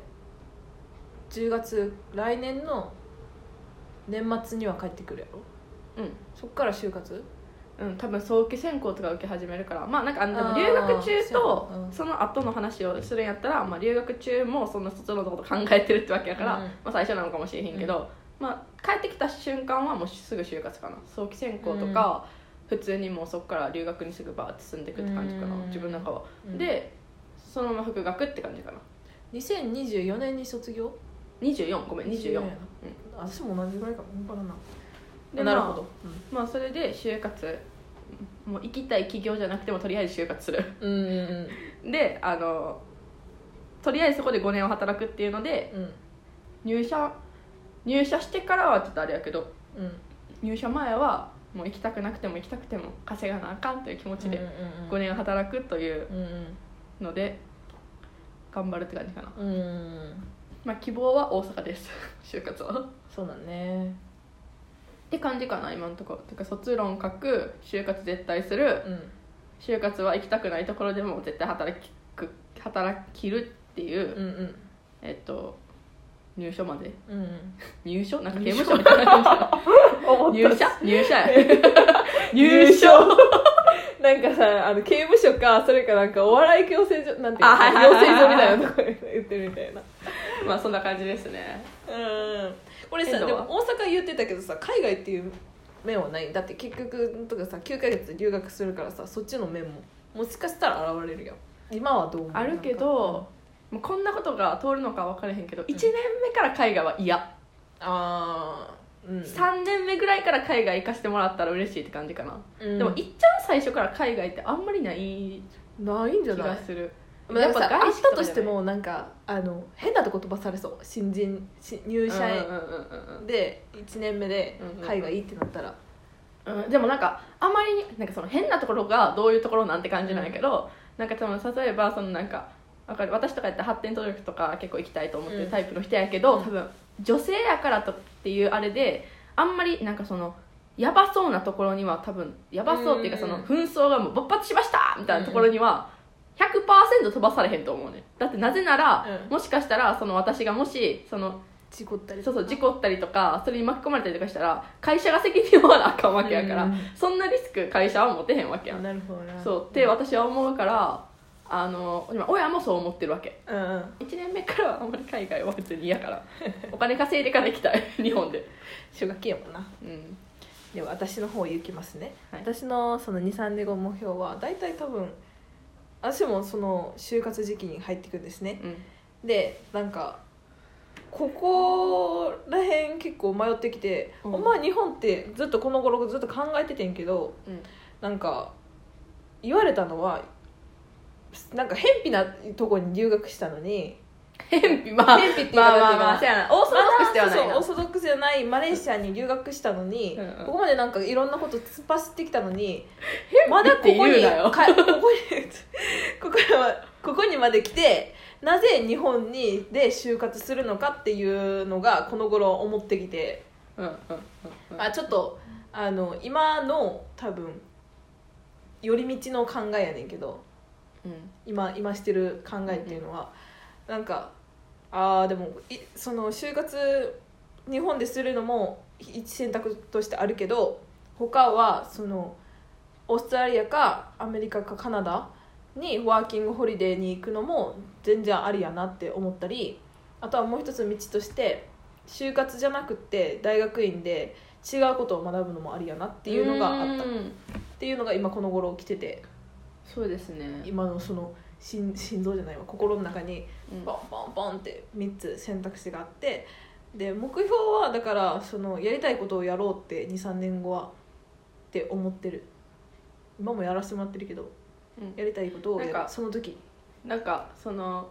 Speaker 1: 10月来年の年末には帰ってくるやろ
Speaker 2: う
Speaker 1: そっから就活
Speaker 2: ん、うん、多分早期選考とか受け始めるからまあなんかあので
Speaker 1: あ
Speaker 2: も
Speaker 1: ー
Speaker 2: 留学中と
Speaker 1: そうやなうん
Speaker 2: その後の話をするんやったら、まあ、留学中もその卒論のこと考えてるってわけやから、
Speaker 1: うんうん
Speaker 2: まあ、最初なのかもしれへんけど、まあ、帰ってきた瞬間はもうすぐ就活かな早期選考とか、普通にもうそこから留学にすぐバーって進んでいくって感じかな、
Speaker 1: うん
Speaker 2: 自分の中は、
Speaker 1: うん
Speaker 2: でそのまま復学って感じかな
Speaker 1: 2024年に卒業
Speaker 2: 24ごめん24、
Speaker 1: やな私も同じぐらいかもわからんな
Speaker 2: で
Speaker 1: なるほど、
Speaker 2: まあそれで就活もう行きたい企業じゃなくてもとりあえず就活する
Speaker 1: うんうんうん
Speaker 2: であのとりあえずそこで5年を働くっていうので
Speaker 1: うん
Speaker 2: 入社入社してからはちょっとあれやけど
Speaker 1: うん
Speaker 2: 入社前はもう行きたくなくても行きたくても稼がなあかんという気持ちで5年働くという
Speaker 1: うんうん
Speaker 2: ので頑張るって感じかな、
Speaker 1: うんうん
Speaker 2: まあ、希望は大阪です 就活は。
Speaker 1: そうだね
Speaker 2: って感じかな今のところてか卒論書く就活絶対する
Speaker 1: うん
Speaker 2: 就活は行きたくないところでも絶対働きく働きるってい
Speaker 1: う
Speaker 2: う、
Speaker 1: んうん
Speaker 2: えっと入所まで
Speaker 1: うんうん
Speaker 2: 入所なんか刑務所みたいな感じだ入社入社や入所
Speaker 1: なんかさあの刑務所かそれかなんかお笑い養成所なんていうの
Speaker 2: あはいはいはいはい
Speaker 1: 養成所みたいなとこ言ってるみたいな
Speaker 2: まあそんな感じですね
Speaker 1: うんこれ
Speaker 2: 遠
Speaker 1: さで
Speaker 2: 藤は
Speaker 1: も大阪言ってたけどさ海外っていう面はないだって結局とかさ9ヶ月留学するからさそっちの面ももしかしたら現れるよ今はどう思う
Speaker 2: あるけどもうこんなことが通るのか分からへんけど1年目から海外は嫌、
Speaker 1: ああうん
Speaker 2: 3年目ぐらいから海外行かせてもらったら嬉しいって感じかな、
Speaker 1: うん
Speaker 2: でも行っちゃう最初から海外ってあんまりない
Speaker 1: ないんじゃ
Speaker 2: 気
Speaker 1: な
Speaker 2: が
Speaker 1: い
Speaker 2: する
Speaker 1: でもやっぱ
Speaker 2: やっぱ
Speaker 1: あ
Speaker 2: 外
Speaker 1: っ
Speaker 2: 資と
Speaker 1: た
Speaker 2: か
Speaker 1: と
Speaker 2: じゃない
Speaker 1: してもなんかあの変なとこ飛ばされそう新人し入社
Speaker 2: うんうんうんうん
Speaker 1: で1年目で海外ってなったら
Speaker 2: うんでもなんかあまりになんかその変なところがどういうところなんて感じなんやけど、なんか多分例えばそのなんかわかる私とかやったら発展途上国とか結構行きたいと思ってるタイプの人やけど、
Speaker 1: うん
Speaker 2: 多分女性やからとっていうあれであんまりなんかそのやばそうなところには多分やばそうっていうか
Speaker 1: う
Speaker 2: そ
Speaker 1: ん
Speaker 2: の紛争がもう勃発しましたみたいなところには100%飛ばされへんと思うねだってなぜなら、
Speaker 1: うん
Speaker 2: もしかしたらその私がもしその
Speaker 1: 事故ったり
Speaker 2: そうそう事
Speaker 1: 故
Speaker 2: 故ったりとかそれに巻き込まれたりとかしたら会社が責任を負わなあかんわけやから、
Speaker 1: うん
Speaker 2: そんなリスク会社は持てへんわけやん、
Speaker 1: なるほどな
Speaker 2: そうって私は思うからあの今親もそう思ってるわけ
Speaker 1: うんうん
Speaker 2: 1年目からはあんまり海外は別に嫌から お金稼いでから行きたい 日本で
Speaker 1: 奨学金やもんな
Speaker 2: うん
Speaker 1: では私の方行きますね、
Speaker 2: はい
Speaker 1: 私のその23年後目標は大体多分私もその就活時期に入ってくるんですね
Speaker 2: うん
Speaker 1: でなんかここら辺結構迷ってきて、
Speaker 2: うん
Speaker 1: ほんまあ日本ってずっとこの頃ずっと考えててんけど
Speaker 2: うん
Speaker 1: なんか言われたのはなんか偏僻なとこに留学したのに
Speaker 2: 偏 僻まあ
Speaker 1: 偏僻っていうか
Speaker 2: まあまあ
Speaker 1: な
Speaker 2: ま
Speaker 1: ん
Speaker 2: あ
Speaker 1: て
Speaker 2: せ
Speaker 1: い
Speaker 2: やなオーソドックスではない
Speaker 1: ま
Speaker 2: な
Speaker 1: あそうそうオーソドックスじゃないマレーシアに留学したのに、
Speaker 2: うんうん
Speaker 1: ここまでなんかいろんなこと突っ走ってきたのに、
Speaker 2: 僻
Speaker 1: まだここ
Speaker 2: って
Speaker 1: に
Speaker 2: 言うなよ
Speaker 1: かここにここらはここにまで来てなぜ日本にで就活するのかっていうのがこの頃思ってきて、
Speaker 2: うんうんうんうん
Speaker 1: あちょっとあの今の多分寄り道の考えやねんけど
Speaker 2: うん
Speaker 1: 今今してる考えっていうのは、なんかああでもいその就活日本でするのも一選択としてあるけど他はそのオーストラリアかアメリカかカナダにワーキングホリデーに行くのも全然ありやなって思ったりあとはもう一つの道として就活じゃなくって大学院で違うことを学ぶのもありやなっていうのがあったっ
Speaker 2: うん
Speaker 1: ていうのが今この頃起きてて
Speaker 2: そうですね、
Speaker 1: 今のその心心臓じゃないわ心の中に
Speaker 2: うん
Speaker 1: ボンボンボンって3つ選択肢があってで目標はだからそのやりたいことをやろうって23年後はって思ってる今もやらせてもらってるけど
Speaker 2: うん
Speaker 1: やりたいことをや
Speaker 2: なん
Speaker 1: る
Speaker 2: か
Speaker 1: その時
Speaker 2: なんかその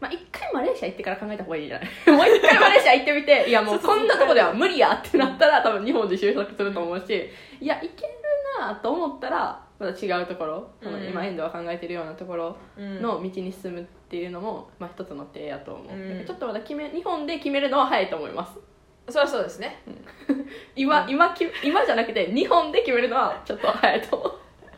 Speaker 2: まあ一回マレーシア行ってから考えた方がいいんじゃない もう一回マレーシア行ってみ ていやもうこんなとこでは無理やってなったら多分日本で就職すると思うしいやいけるなと思ったらまた違うところ、その
Speaker 1: うん
Speaker 2: 今遠藤が考えてるようなところ
Speaker 1: の
Speaker 2: の道に進むっていうのも、まあ、一つの提案やと思う、
Speaker 1: うん
Speaker 2: ちょっとまだ決め日本で決めるのは早いと思います
Speaker 1: そりゃそうですね
Speaker 2: 今、
Speaker 1: うん
Speaker 2: 今き今じゃなくて日本で決めるのはちょっと早いと思う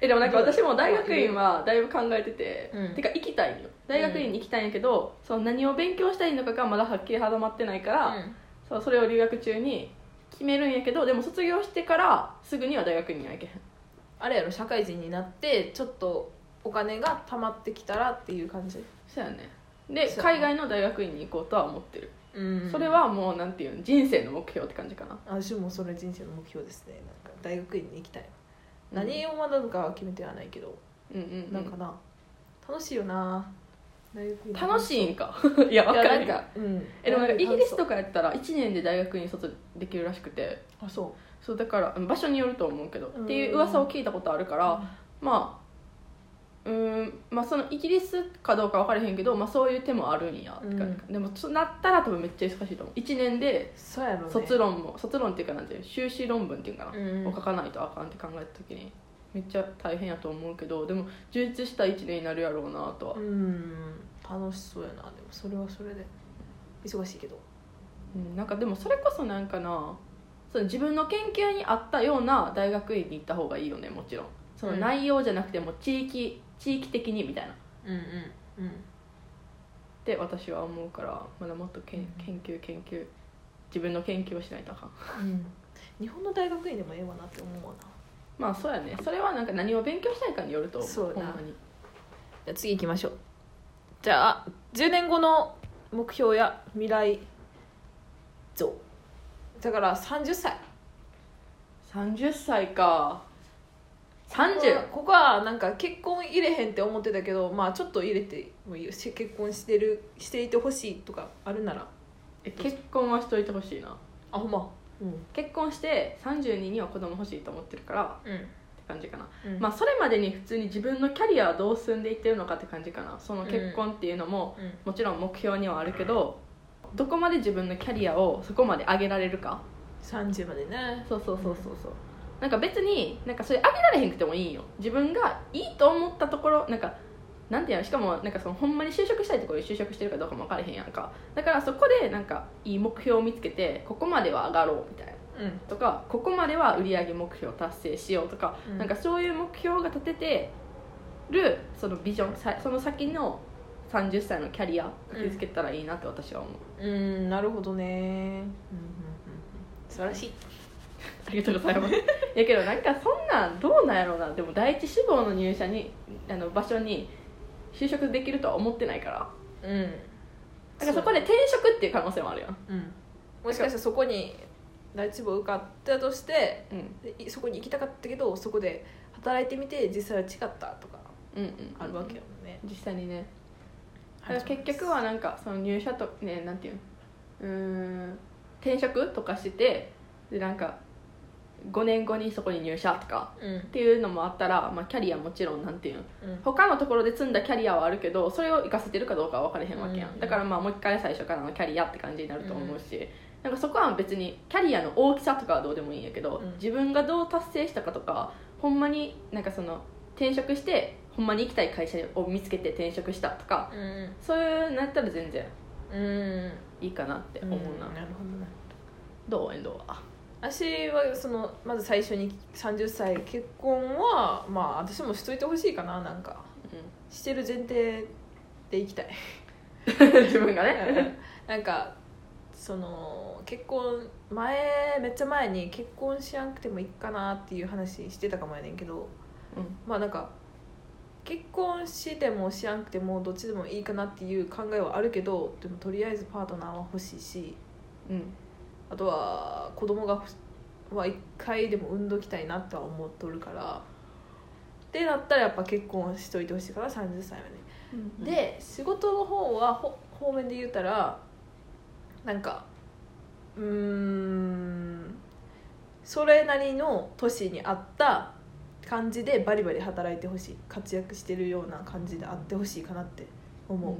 Speaker 2: えでもなんか私も大学院はだいぶ考えてて、
Speaker 1: うん
Speaker 2: てか行きたいんよ大学院に行きたいんやけど、その何を勉強したいのかがまだはっきり定まってないから、そうそれを留学中に決めるんやけどでも卒業してからすぐには大学院には行けへん
Speaker 1: あれやろ社会人になってちょっとお金が貯まってきたらっていう感じ、
Speaker 2: そうやねで
Speaker 1: そうや
Speaker 2: 海外の大学院に行こうとは思ってる、
Speaker 1: うん
Speaker 2: それはもうなんていうの人生の目標って感じかな
Speaker 1: 私もそれ人生の目標ですねなんか大学院に行きたい何を学ぶかは決めてはないけど、
Speaker 2: うんうんうん、
Speaker 1: なんかな楽しいよな大学院
Speaker 2: 楽
Speaker 1: い
Speaker 2: しいんか いやわか
Speaker 1: やな
Speaker 2: る
Speaker 1: んか、うん、
Speaker 2: えでもなんかイギリスと
Speaker 1: か
Speaker 2: かやったら1年で大学院卒できるらしくて
Speaker 1: あそ
Speaker 2: そうだからうん場所によると思うけど
Speaker 1: うん
Speaker 2: っていう噂を聞いたことあるからまあうーんまあそのイギリスかどうか分からへんけど、まあ、そういう手もあるんやって感じか、でもそうなったら多分めっちゃ忙しいと思う1年で
Speaker 1: うそうやろね
Speaker 2: 卒論も卒論っていうかなんていう修士論文っていうかな、
Speaker 1: うん
Speaker 2: を書かないとあかんって考えた時にめっちゃ大変やと思うけどでも充実した1年になるやろうなとは、
Speaker 1: うん楽しそうやなでもそれはそれで忙しいけど
Speaker 2: うん、なんかでもそれこそなんかなその自分の研究に合ったような大学院に行った方がいいよねもちろんその
Speaker 1: うん
Speaker 2: 内容じゃなくても地域地域的にみたいなっ
Speaker 1: うんうんうん
Speaker 2: て私は思うからまだもっとけん研究研究自分の研究をしないとあかん
Speaker 1: うん日本の大学院でもええわなって思うわな
Speaker 2: まあそうやねそれはなんか何を勉強したいかによると思う
Speaker 1: そう
Speaker 2: ほ
Speaker 1: や
Speaker 2: ん
Speaker 1: な
Speaker 2: まに
Speaker 1: じゃあ次行きましょうじゃあ10年後の目標や未来像だから30歳
Speaker 2: 30歳か
Speaker 1: こ
Speaker 2: 30
Speaker 1: ここはなんか結婚入れへんって思ってたけどまあちょっと入れてもいいよし結婚してるしていてほしいとかあるなら
Speaker 2: え結婚はしといてほしいな
Speaker 1: あほんまうん
Speaker 2: 結婚して32には子供欲しいと思ってるからっ
Speaker 1: うん、
Speaker 2: て感じかな
Speaker 1: ま
Speaker 2: まあ、それまでに普通に自分のキャリアはどう進んでいってるのかって感じかなその結婚っていうのも
Speaker 1: あ、うん
Speaker 2: もちろん目標にはあるけどどこまで自分のキャリアをそこまで上げられるか
Speaker 1: 30までね
Speaker 2: そうそうそうそうそうなんか別になんかそれ上げられへんくてもいいんよ自分がいいと思ったところなんかなんていうのしかもなんかそのほんまに就職したいところに就職してるかどうかも分からへんやんかだからそこでなんかいい目標を見つけてここまでは上がろうみたいな
Speaker 1: うん
Speaker 2: とかここまでは売上目標を達成しようとか、
Speaker 1: うん
Speaker 2: なんかそういう目標が立ててるそのビジョンさその先の30歳のキャリアを築けたらいいなって私は思
Speaker 1: う
Speaker 2: う、
Speaker 1: んなるほどねうんうんうん素晴らしい
Speaker 2: ありがとうござ いますやけどなんかそんなんどうなんやろうなでも第一志望の入社にあの場所に就職できるとは思ってないか
Speaker 1: う
Speaker 2: ら
Speaker 1: ん
Speaker 2: だからそこで転職っていう可能性もあるやん、
Speaker 1: うん、もしかしたらそこに第一志望受かったとして
Speaker 2: うん、
Speaker 1: でいそこに行きたかったけどそこで働いてみて実際は違ったとか
Speaker 2: うんうん
Speaker 1: あるわけやもんね、
Speaker 2: 実際にねだから結局はなんかその入社とねなんていうのうーん転職とかしててでなんか5年後にそこに入社とか
Speaker 1: うん、
Speaker 2: っていうのもあったら、まあ、キャリアもちろんなんていうの
Speaker 1: うん
Speaker 2: 他のところで積んだキャリアはあるけどそれを活かせてるかどうかは分からへんわけやん、
Speaker 1: うん
Speaker 2: だからまあもう一回最初からのキャリアって感じになると思うし、なんかそこは別にキャリアの大きさとかはどうでもいいんやけど、
Speaker 1: うん
Speaker 2: 自分がどう達成したかとかほんまになんかその転職してほんまに行きたい会社を見つけて転職したとか
Speaker 1: うん
Speaker 2: そういうのやったら全然
Speaker 1: うん
Speaker 2: いいかなって
Speaker 1: うん
Speaker 2: 思うな、
Speaker 1: なるほどな
Speaker 2: どう遠藤は
Speaker 1: 私はそのまず最初に30歳結婚はまあ私もしといてほしいかななんかしてる前提でいきたい
Speaker 2: うん 自分が
Speaker 1: うん
Speaker 2: ね
Speaker 1: なんかその結婚前めっちゃ前に結婚しやんくてもいいかなっていう話してたかもやねんけど
Speaker 2: うん
Speaker 1: まあなんか結婚してもしやんくてもどっちでもいいかなっていう考えはあるけどでもとりあえずパートナーは欲しいし
Speaker 2: うん
Speaker 1: あとは子供が欲しは一回でも産んどきたいなとは思っとるからってなったらやっぱ結婚しといてほしいから30歳はね、で仕事の方はほ方面で言うたらなんかうーんそれなりの年に合った感じでバリバリ働いてほしい活躍してるような感じであってほしいかなって思う、
Speaker 2: も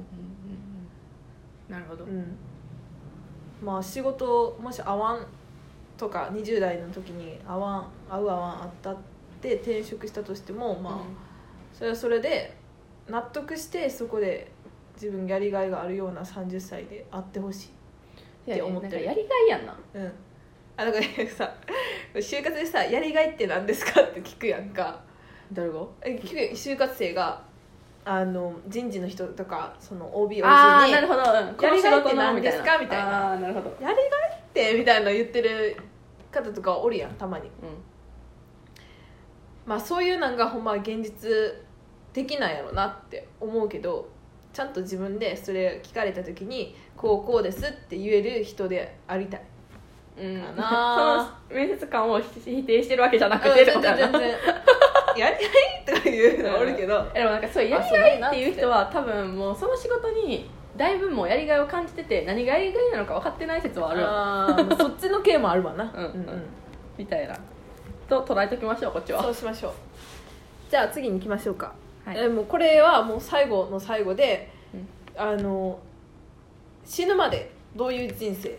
Speaker 2: うなるほど
Speaker 1: うん、まあ仕事もし合わんとか20代の時に合わん合う合わんあったって転職したとしてもまあ、それはそれで納得してそこで自分やりがいがあるような30歳であってほしい
Speaker 2: うん
Speaker 1: って思ってる
Speaker 2: なんかやりがいやんな
Speaker 1: うんあなんかねさ就活でさ「やりがいって何ですか?」って聞くやんか
Speaker 2: 誰が
Speaker 1: え聞くやん就活生があの人事の人とかその OBOG に
Speaker 2: ああなるほど、うん
Speaker 1: この仕事のみたいな
Speaker 2: ああーなるほど、
Speaker 1: やりがいってみたいな言ってる方とかおるやんたまに
Speaker 2: う
Speaker 1: まあそういうなんがほんま現実的なんやろなって思うけどちゃんと自分でそれ聞かれた時に「こうこうです」って言える人でありたい
Speaker 2: んうん、
Speaker 1: かな
Speaker 2: その面接官を否定してるわけじゃなくて
Speaker 1: うん
Speaker 2: って
Speaker 1: 全
Speaker 2: こ
Speaker 1: 然
Speaker 2: とやな
Speaker 1: 全然やりたいとか言うのはおるけど
Speaker 2: えでもなんかそうやりがいっていう人は多分もうその仕事にだいぶもうやりがいを感じてて何がやりがいなのか分かってない説はあるわ
Speaker 1: あーまあそっちの系もあるわな
Speaker 2: うんみたいなと捉えておきましょうこっちは
Speaker 1: そうしましょうじゃあ次に行きましょうか
Speaker 2: はい
Speaker 1: えもうこれはもう最後の最後で、
Speaker 2: うん
Speaker 1: あの死ぬまでどういう人生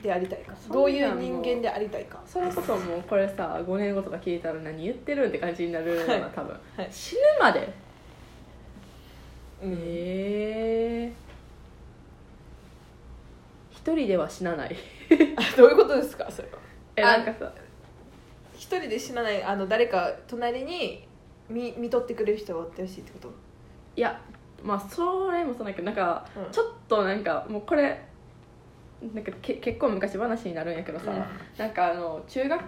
Speaker 1: でありたいか
Speaker 2: そんなん
Speaker 1: どういう人間でありたいか
Speaker 2: それこそもうこれさ5年後とか聞いたら何言ってるんって感じになるような
Speaker 1: はい
Speaker 2: 多分、
Speaker 1: はい
Speaker 2: 死ぬまで
Speaker 1: うん
Speaker 2: ええ一人では死なない
Speaker 1: あ どういうことですかそれは
Speaker 2: え
Speaker 1: あ
Speaker 2: なんかさ
Speaker 1: 一人で死なないあの誰か隣に見見とってくれる人がおってほしいってこと
Speaker 2: いやまあそれもそうだけどなんか、
Speaker 1: うん
Speaker 2: ちょっとなんかもうこれなんかけ結構昔話になるんやけどさ、
Speaker 1: うん
Speaker 2: なんかあの中学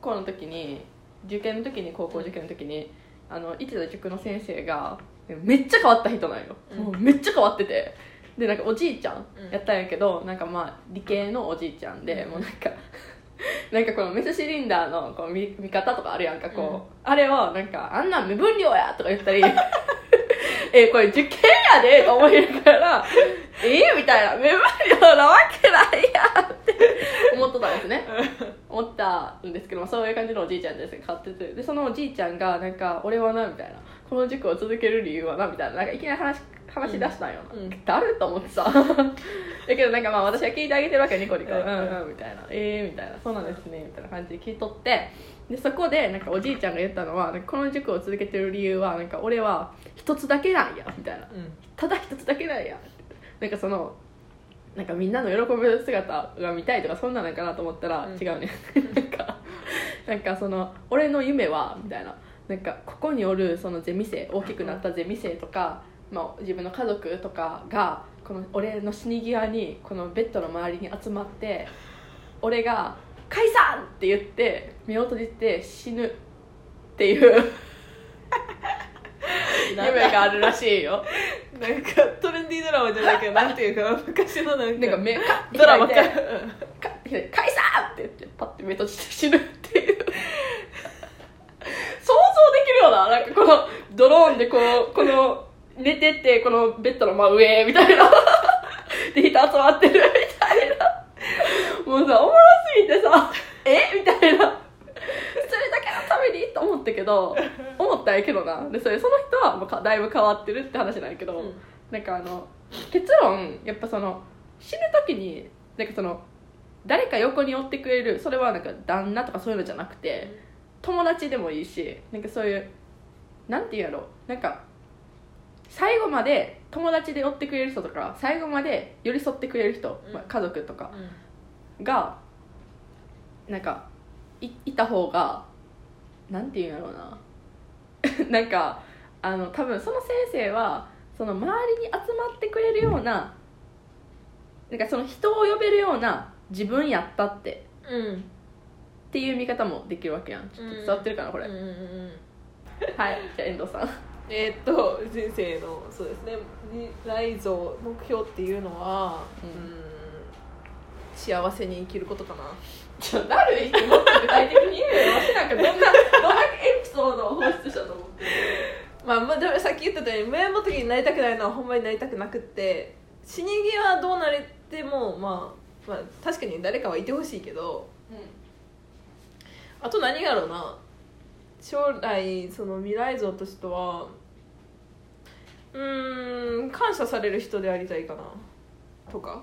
Speaker 2: 校の時に受験の時に高校受験の時に、あの一度塾の先生がめっちゃ変わった人なんよ、
Speaker 1: うん
Speaker 2: もうめっちゃ変わっててでなんかおじいちゃん
Speaker 1: うん
Speaker 2: やったんやけど、なんかまあ理系のおじいちゃんで、
Speaker 1: うん
Speaker 2: もうなんかなんかこのメスシリンダーのこう見見方とかあるやんかこう、あれをなんかあんなん目分量やとか言 ったりえこれ受験やでと思いなが らえみたいな目分量なわけないやんって思ってたんですね思ったんですけど、まあ、そういう感じのおじいちゃんです買っててでそのおじいちゃんがなんか俺はなみたいなこの塾を続ける理由はなみたいななんかいきなり話話し出したんよな、
Speaker 1: うんうん
Speaker 2: 誰と思ってさだけどなんかまあ私は聞いてあげてるわけニコニコ
Speaker 1: う
Speaker 2: うんんうんみたいなええー、みたいなそうなんですねみたいな感じで聞いとってでそこでなんかおじいちゃんが言ったのはなんかこの塾を続けてる理由はなんか俺は一つだけなんやみたいなただ一つだけなんやなんかそのなんかみんなの喜ぶ姿が見たいとかそんなんなんかなと思ったら、
Speaker 1: うん
Speaker 2: 違うね なんかなんかその俺の夢はみたいななんかここにおるそのゼミ生大きくなったゼミ生とか、まあ、自分の家族とかがこの俺の死に際にこのベッドの周りに集まって俺が「解散!」って言って目を閉じて死ぬっていう夢があるらしいよ
Speaker 1: なんかトレンディードラマじゃないけどなんていうか昔のなんか
Speaker 2: なんか目か
Speaker 1: ドラマか
Speaker 2: 開いてか解散って言ってパッて目閉じて死ぬっていう想像できるようななんかこのドローンでこうこの寝ててこのベッドの真上みたいなで人集まってるみたいなもうさおもろすぎてさえみたいなそれだけのためにと思ったけど思ったんやけどなでそれその人はもうかだいぶ変わってるって話なんやけど、
Speaker 1: うん
Speaker 2: なんかあの結論やっぱその死ぬ時になんかその誰か横に追ってくれるそれはなんか旦那とかそういうのじゃなくて友達でもいいしなんかそういうなんて言うやろなんか最後まで友達で追ってくれる人とか最後まで寄り添ってくれる人、
Speaker 1: うん
Speaker 2: まあ家族とか
Speaker 1: うん
Speaker 2: がなんかいいた方がなん て言うんやろうななんかあの多分その先生はその周りに集まってくれるようななんかその人を呼べるような自分やったって
Speaker 1: うん
Speaker 2: っていう見方もできるわけやんちょっと伝わってるかなこれ、
Speaker 1: うんうんうんうん
Speaker 2: はいじゃあ遠藤さん
Speaker 1: えーっと人生のそうですねに内臓目標っていうのは、
Speaker 2: うん
Speaker 1: うーん幸せに生きることかな
Speaker 2: ちょなるってもっと具体的に言えよわしなんかどんなどんだけエピソードを放出したと思って
Speaker 1: まあまあでもさっき言ったように前元気になりたくないのはほんまになりたくなくって死に際どうなれても、まあ、まあ確かに誰かはいてほしいけどあと何やろうな将来その未来像としてはうーん感謝される人でありたいかなとか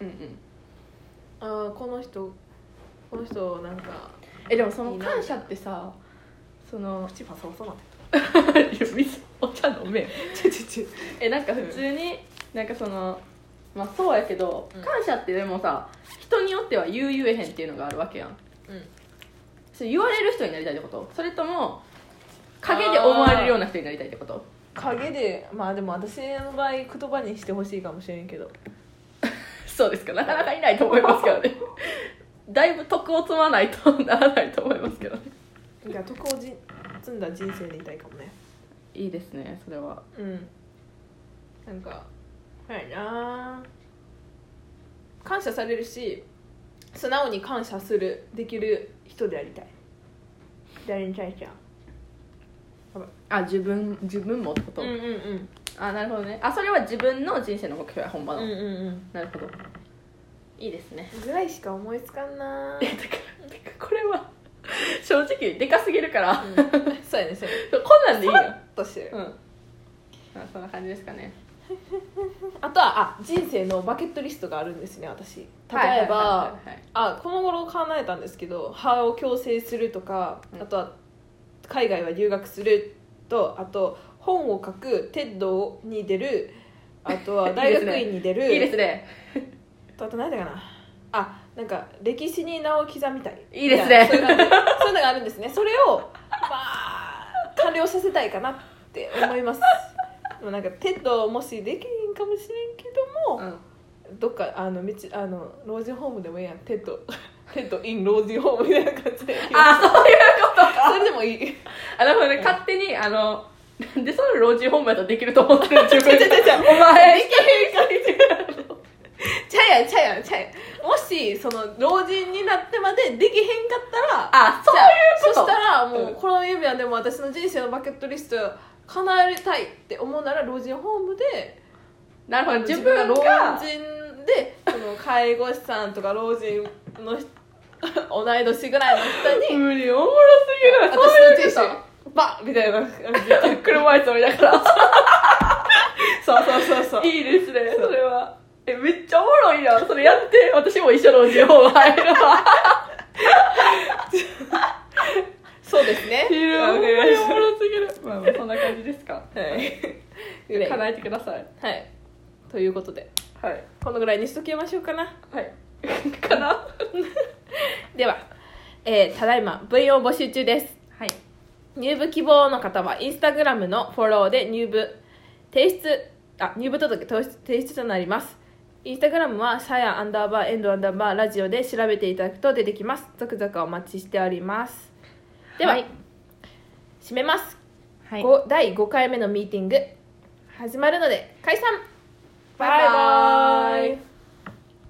Speaker 2: うんうん
Speaker 1: ああこの人この人なんか
Speaker 2: えでもその感謝ってさその
Speaker 1: 口パサパサなって
Speaker 2: 水お茶飲めよ
Speaker 1: ちょちょちょ
Speaker 2: えなんか普通になんかそのまあそうやけど
Speaker 1: うん
Speaker 2: 感謝ってでもさ人によっては言う言えへんっていうのがあるわけやん
Speaker 1: うん
Speaker 2: それ言われる人になりたいってことそれとも陰で思われるような人になりたいってこと
Speaker 1: 影でまあでも私の場合言葉にしてほしいかもしれんけど
Speaker 2: そうですかなかなかいないと思いますけどね だいぶ得を積まないとならないと思いますけどね
Speaker 1: いや徳をじ積んだ人生でいたいかもね
Speaker 2: いいですねそれは
Speaker 1: うんなんかはいなあ感謝されるし素直に感謝するできる人でありたい誰に対しては
Speaker 2: あ自分自分もってこと、
Speaker 1: うんうん
Speaker 2: あなるほどねあそれは自分の人生の目標や本場
Speaker 1: うん
Speaker 2: の、
Speaker 1: うんうん
Speaker 2: なるほどいいですね
Speaker 1: ぐらいしか思いつかんな
Speaker 2: えだからだからこれは 正直でかすぎるから、
Speaker 1: う ん そうやねそうやね
Speaker 2: こんなんでいいよ
Speaker 1: としてる
Speaker 2: うんまあそんな感じですかね
Speaker 1: あとはあ人生のバケットリストがあるんですね私例え
Speaker 2: はい
Speaker 1: ば
Speaker 2: はいはいはい
Speaker 1: あこの頃考えたんですけど歯を矯正するとか
Speaker 2: うん
Speaker 1: あとは海外は留学するとあと本を書くテッドに出るあと は大学院に出る
Speaker 2: いいですね
Speaker 1: とあと何だかなあなんか歴史に名を刻みたい
Speaker 2: いいですね
Speaker 1: そういうのがそういうのがあるんですねそれをまあ完了させたいかなって思いますでもなんかテッドもしできへんかもしれんけども、
Speaker 2: うん
Speaker 1: どっかあの道あの老人ホームでもいいやんテッド テッドイン老人ホームみたいな感じで
Speaker 2: あそういうことか
Speaker 1: それでもいい違う違う
Speaker 2: あなるほどね、勝手にあのなんでその老人ホームやったらできると思ってる自 分
Speaker 1: 違う違う
Speaker 2: お前
Speaker 1: できへんからちゃうやんちゃうやんちゃうやんもしその老人になってまでできへんかったら
Speaker 2: あそういうこと
Speaker 1: そしたらも
Speaker 2: うん
Speaker 1: うこの指輪でも私の人生のバケットリスト叶えたいって思うなら老人ホームで
Speaker 2: なるほど自
Speaker 1: 自
Speaker 2: 分
Speaker 1: 分
Speaker 2: が
Speaker 1: が老人でその介護士さんとか老人の人 同い年ぐらいの人に
Speaker 2: 無理おもろすぎる
Speaker 1: 私の人
Speaker 2: そういうこ
Speaker 1: 生バッみたいな感じで
Speaker 2: と車椅子みたいな
Speaker 1: そうそうそうそう
Speaker 2: いいですねそれはえめっちゃおもろいやんそれやって私も一緒の老人ホーム入るわ
Speaker 1: そうですね
Speaker 2: いる
Speaker 1: わ
Speaker 2: お
Speaker 1: か
Speaker 2: も
Speaker 1: りまし
Speaker 2: ろすぎる まあまあそんな感じですか
Speaker 1: たはい
Speaker 2: 叶えてください
Speaker 1: はいということで
Speaker 2: はい
Speaker 1: このぐらいにしときましょうかな
Speaker 2: はい かな
Speaker 1: では、えーただいま部員を募集中です
Speaker 2: はい
Speaker 1: 入部希望の方はインスタグラムのフォローで入部提出あ入部届提出提出となりますインスタグラムはさやアンダーバーエンドアンダーバーラジオで調べていただくと出てきます続々お待ちしておりますでは、
Speaker 2: はい
Speaker 1: 締めます、
Speaker 2: は
Speaker 1: ご第5回目のミーティング始まるので解散
Speaker 2: バイバイ
Speaker 1: バイバイ